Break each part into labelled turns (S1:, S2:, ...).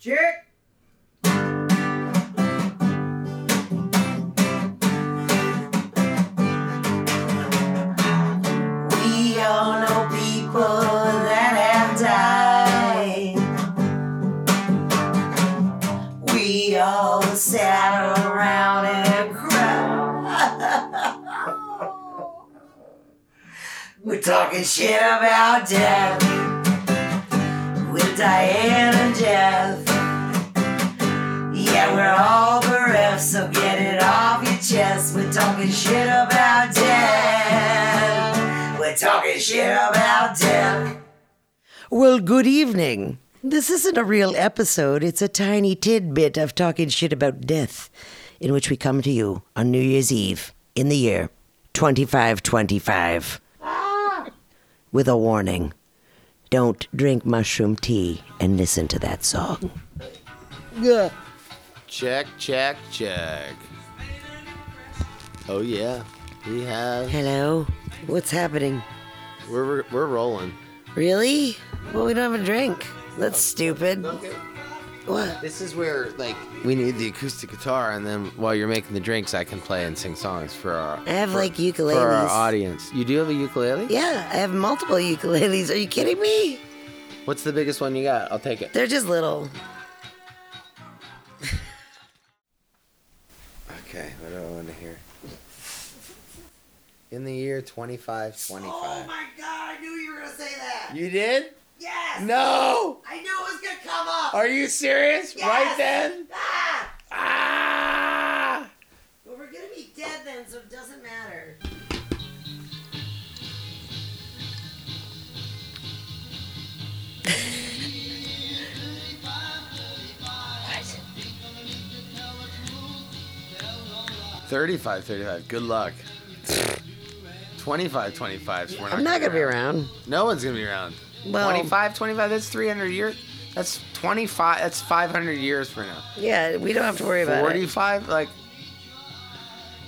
S1: Check.
S2: We all know people that have died. We all sat around and cried. We're talking shit about death with Diane and Jeff. Yeah, we're all bereft, so get it off your chest. We're talking shit about death. We're talking shit about death. Well, good evening. This isn't a real episode, it's a tiny tidbit of talking shit about death, in which we come to you on New Year's Eve in the year 2525 with a warning don't drink mushroom tea and listen to that song.
S3: Check, check, check. Oh yeah, we have.
S2: Hello? What's happening?
S3: We're we're rolling.
S2: Really? Well, we don't have a drink. That's stupid.
S3: Okay.
S2: What?
S3: This is where like we need the acoustic guitar, and then while you're making the drinks, I can play and sing songs for our.
S2: I have
S3: for-
S2: like
S3: for our
S2: ukuleles.
S3: audience. You do have a ukulele?
S2: Yeah, I have multiple ukuleles. Are you kidding me?
S3: What's the biggest one you got? I'll take it.
S2: They're just little.
S3: Okay, what do I want to hear? In the year 2525.
S2: Oh my god, I knew you were gonna say that.
S3: you did?
S2: Yes!
S3: No!
S2: I knew it was gonna come up!
S3: Are you serious? Right then?
S2: Ah!
S3: Ah!
S2: Well, we're gonna be dead then, so it doesn't matter. what?
S3: 35 35 good luck 25 25 so we're
S2: I'm not gonna be around.
S3: no one's gonna be around
S2: Well-
S3: 25 25 that's 300 years that's 25 that's 500 years from now
S2: Yeah, we don't have to worry about it.
S3: 45 like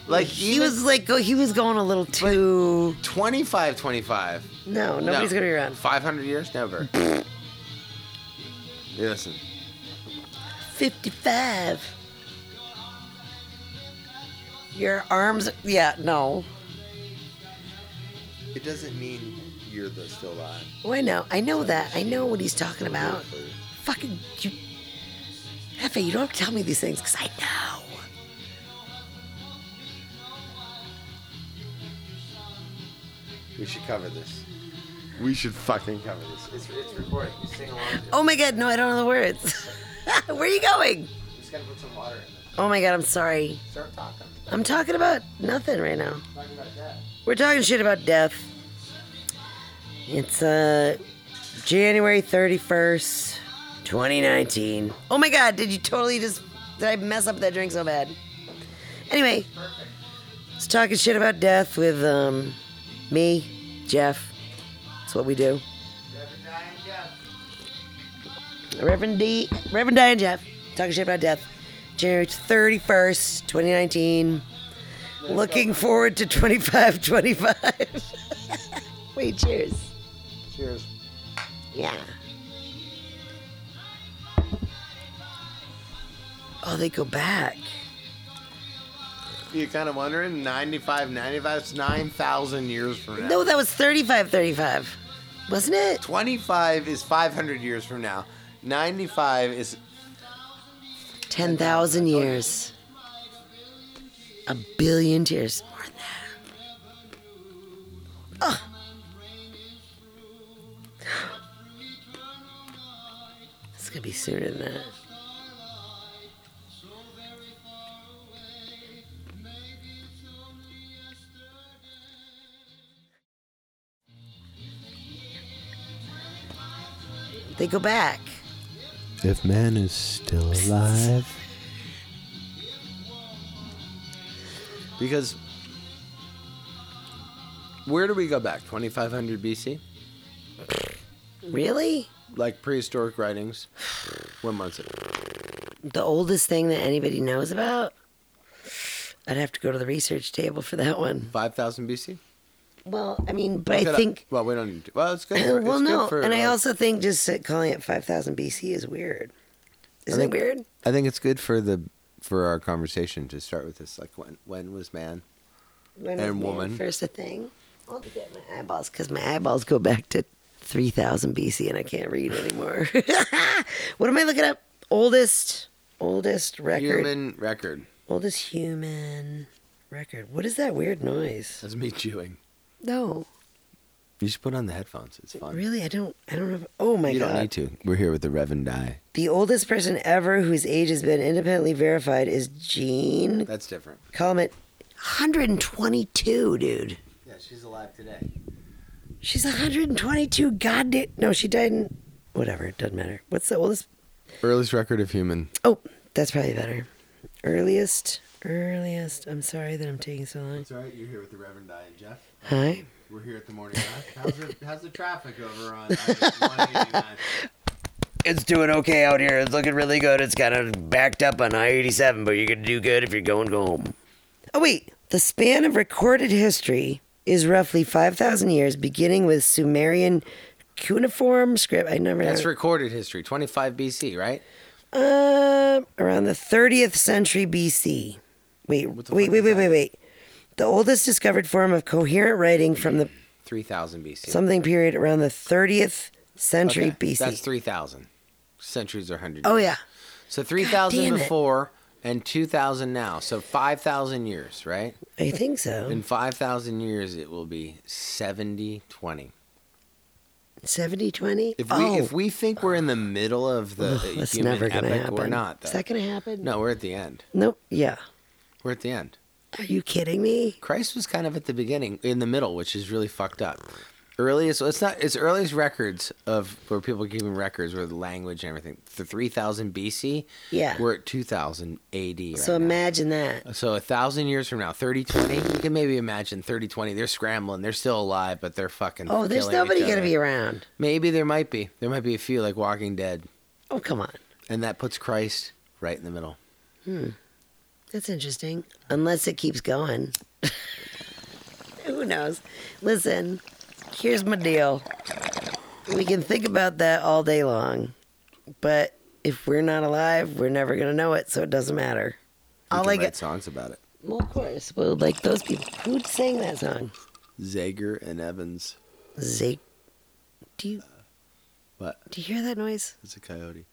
S3: like
S2: He was like, go, he was going a little too.
S3: 25 25
S2: No, nobody's gonna be around.
S3: 500 years never Yeah, listen
S2: 55. Your arms, yeah, no.
S3: it doesn't mean you're the still alive
S2: Oh, I know, I know that. I know what he's talking about. Fucking, you, Hefe, you don't have to tell me these things because I know.
S3: we should cover this we should fucking cover this it's, it's recording you sing along to it.
S2: Oh my god, no, I don't know the words. Where are you going?
S3: just gotta put some water in it
S2: Oh my god, I'm sorry.
S3: start talking
S2: I'm talking about nothing right now. We're talking shit about death. It's uh January 31st, 2019. Oh my god, did you totally just did I mess up that drink so bad? Anyway, it's talking shit about death with um me, Jeff. That's what we do. Reverend D Reverend Diane Jeff. Talking shit about death. January 31st, 2019. Looking forward to 25 25. Wait, cheers.
S3: Cheers.
S2: Yeah. Oh, they go back.
S3: You're kind of wondering, 95, 95, it's 9,000 years from now.
S2: No, that was 35 35. Wasn't it?
S3: 25 is 500 years from now. 95 is
S2: 10,000 years. A billion tears. More than that. Ugh. It's going to be sooner than that. They go back.
S3: If man is still alive. because where do we go back? 2500 BC?
S2: Really?
S3: Like prehistoric writings. When was it?
S2: the oldest thing that anybody knows about? I'd have to go to the research table for that one.
S3: 5000 BC?
S2: Well, I mean, but
S3: Could
S2: I think.
S3: well, we don't need to. Well, it's good. For, uh,
S2: well,
S3: it's good
S2: no,
S3: for,
S2: and I
S3: uh,
S2: also think just calling it 5,000 BC is weird. Isn't
S3: think-
S2: it weird?
S3: I think it's good for the for our conversation to start with this. Like when when was man?
S2: When
S3: And
S2: was man
S3: woman.
S2: First a thing. I'll look at my eyeballs because my eyeballs go back to 3000 BC and I can't read anymore. what am I looking up? Oldest, oldest record.
S3: Human record.
S2: Oldest human record. What is that weird noise?
S3: That's me chewing.
S2: No,
S3: You should put on the headphones. It's fun.
S2: really, I don't. I don't know. Oh my
S3: You
S2: god!
S3: don't need to. We're here with the Reverend Die.
S2: The oldest person ever whose age has been independently verified is Jean
S3: That's different.
S2: Comet. 122, dude.
S3: Yeah, she's alive today.
S2: She's 122. God damn. No, she died in. Whatever. It doesn't matter. What's the oldest?
S3: Earliest record of human.
S2: Oh, that's probably better. Earliest. Earliest. I'm sorry that I'm taking so long.
S3: It's all right. You're here with the Reverend Die and Jeff.
S2: Hi.
S3: We're here at the morning. How's the, how's the traffic over on 189?
S2: It's doing okay out here. It's looking really good. It's kind of backed up on I 87, but you're going to do good if you're going home. Oh, wait. The span of recorded history is roughly 5,000 years, beginning with Sumerian cuneiform script. I never
S3: That's recorded history. 25 BC, right?
S2: Um, around the 30th century BC. Wait,
S3: the
S2: wait,
S3: fuck
S2: wait,
S3: is
S2: wait,
S3: that?
S2: wait, wait. The oldest discovered form of coherent writing from the
S3: 3000 BC.
S2: something period around the 30th
S3: Okay,
S2: century BC.
S3: That's 3000. Centuries or 100
S2: oh
S3: years.
S2: yeah,
S3: So 3000
S2: damn it.
S3: before and 2000 now. So 5000 years, right?
S2: I think so.
S3: In 5000 years it will be 70 20.
S2: 70, 20?
S3: If we
S2: oh,
S3: if we think we're in the middle of the
S2: Ugh, that's
S3: human
S2: never gonna
S3: epic,
S2: happen.
S3: we're not though.
S2: Is that gonna happen?
S3: No, we're at the end.
S2: Nope. Yeah.
S3: We're at the end.
S2: Are you kidding me?
S3: Christ was kind of at the beginning, in the middle, which is really fucked up. Earliest, it's not, it's earliest records of where people are keeping records were the language and everything. The 3000 BC,
S2: Yeah.
S3: we're at 2000 AD. Right
S2: so
S3: now.
S2: imagine that.
S3: So a thousand years from now, 3020, you can maybe imagine 3020. They're scrambling. They're still alive, but they're fucking.
S2: Oh, there's
S3: killing each
S2: nobody gonna
S3: other.
S2: be around.
S3: Maybe there might be. There might be a few like Walking Dead,
S2: Oh come on,
S3: and that puts Christ right in the middle.
S2: that's interesting. Unless it keeps going. Who knows? Listen, here's my deal. We can think about that all day long, but if we're not alive, we're never gonna know it, so it doesn't matter.
S3: We
S2: All
S3: can
S2: I
S3: write
S2: get,
S3: songs about it.
S2: well, of course, well, like those people who sang that song.
S3: Zager and Evans.
S2: Zay, do you
S3: What?
S2: do you hear that noise?
S3: It's a coyote.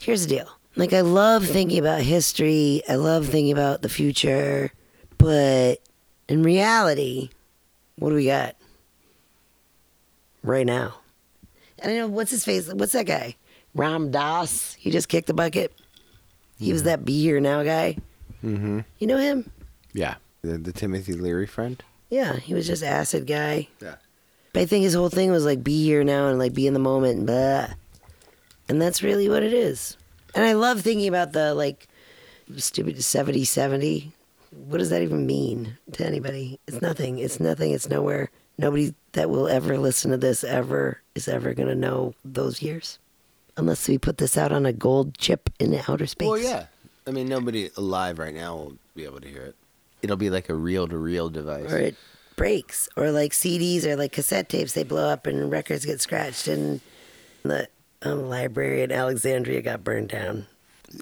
S2: Here's the deal. Like I love thinking about history. I love thinking about the future, but in reality, what do we got right now? And I know what's his face. What's that guy? Ram Dass. He just kicked the bucket. He was that be here now guy.
S3: Mm-hmm.
S2: You know him?
S3: Yeah. The, the Timothy Leary friend?
S2: Yeah, he was just acid guy.
S3: Yeah.
S2: But I think his whole thing was like be here now and like be in the moment, blah. And that's really what it is. And I love thinking about the like stupid 70 70. What does that even mean to anybody? It's nothing. It's nothing. It's nowhere. Nobody that will ever listen to this ever is ever going to know those years. Unless we put this out on a gold chip in outer space.
S3: Well, yeah. I mean, nobody alive right now will be able to hear it. It'll be like a reel to reel device.
S2: Or it breaks. Or like CDs or like cassette tapes, they blow up and records get scratched. And the um, library in Alexandria got burned down.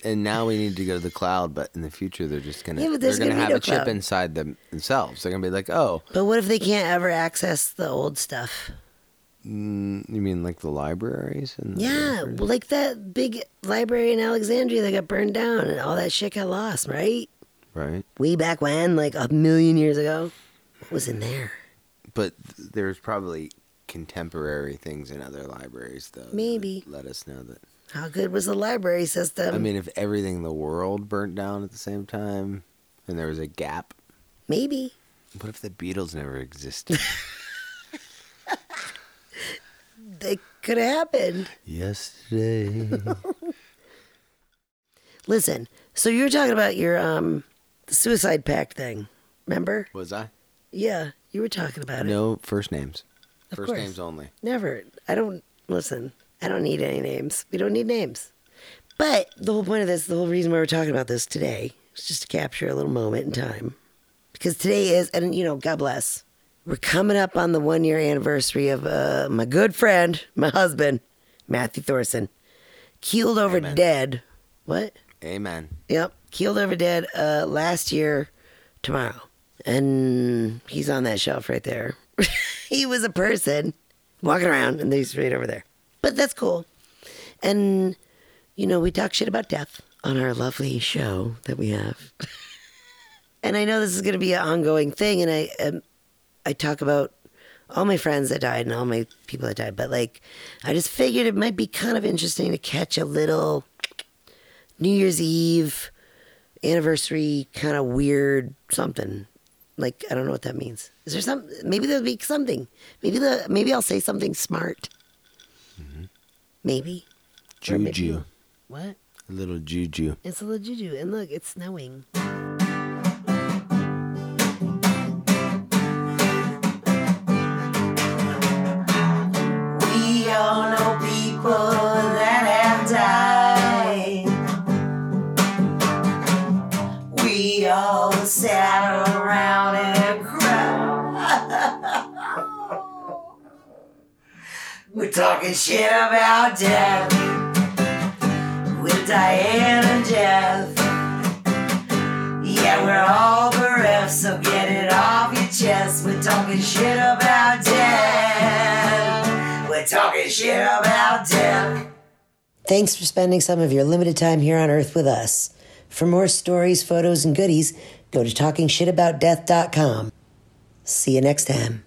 S3: And now we need to go to the cloud, but in the future, they're just going to
S2: Yeah, but
S3: they're
S2: there's
S3: going to
S2: gonna be
S3: have
S2: no
S3: a chip
S2: cloud.
S3: inside them themselves. They're going to be like, oh,
S2: But what if they can't ever access the old stuff?
S3: mm, you mean like the libraries? And the
S2: Yeah,
S3: records?
S2: well, like that big library in Alexandria that got burned down and all that shit got lost, right?
S3: Right.
S2: Way back when, like a million years ago. What was in there?
S3: But th- there's probably contemporary things in other libraries, though. that would
S2: Maybe.
S3: Let us know that.
S2: How good was the library system?
S3: I mean, if everything in the world burnt down at the same time and there was a gap,
S2: maybe.
S3: what if the Beatles never existed?
S2: It could have happened.
S3: Yesterday.
S2: Listen, so you were talking about your um the suicide pact thing, remember?
S3: Was I?
S2: Yeah, you were talking about it.
S3: No first names.
S2: Of
S3: first
S2: course.
S3: names only.
S2: Never. I don't listen. I don't need any names. We don't need names. But the whole point of this, the whole reason why we're talking about this today, is just to capture a little moment in time, because today is, and you know, God bless. We're coming up on the one year anniversary of uh, my good friend, my husband, Matthew Thorson. keeled over
S3: Amen.
S2: dead. What?
S3: Amen.
S2: Yep, keeled over dead uh, last year, tomorrow, and he's on that shelf right there. he was a person walking around, and he's right over there. But that's cool. And you know, we talk shit about death on our lovely show that we have. and I know this is going to be an ongoing thing, and I um, I talk about all my friends that died and all my people that died, but like, I just figured it might be kind of interesting to catch a little New Year's Eve anniversary kind of weird something. Like I don't know what that means. Is there some? Maybe there'll be something. Maybe the maybe I'll say something smart. Maybe. Or maybe-
S3: Juju.
S2: What?
S3: A little juju.
S2: It's a little juju, and look, it's snowing.
S1: We all know people that have died. We all sat around and cried. We're talking shit about death with Diane and Jeff. Yeah, we're all bereft, so get it off your chest. We're talking shit about death. We're talking shit about death.
S2: Thanks for spending some of your limited time here on Earth with us. For more stories, photos, and goodies, go to talkingshitaboutdeath.com. See you next time.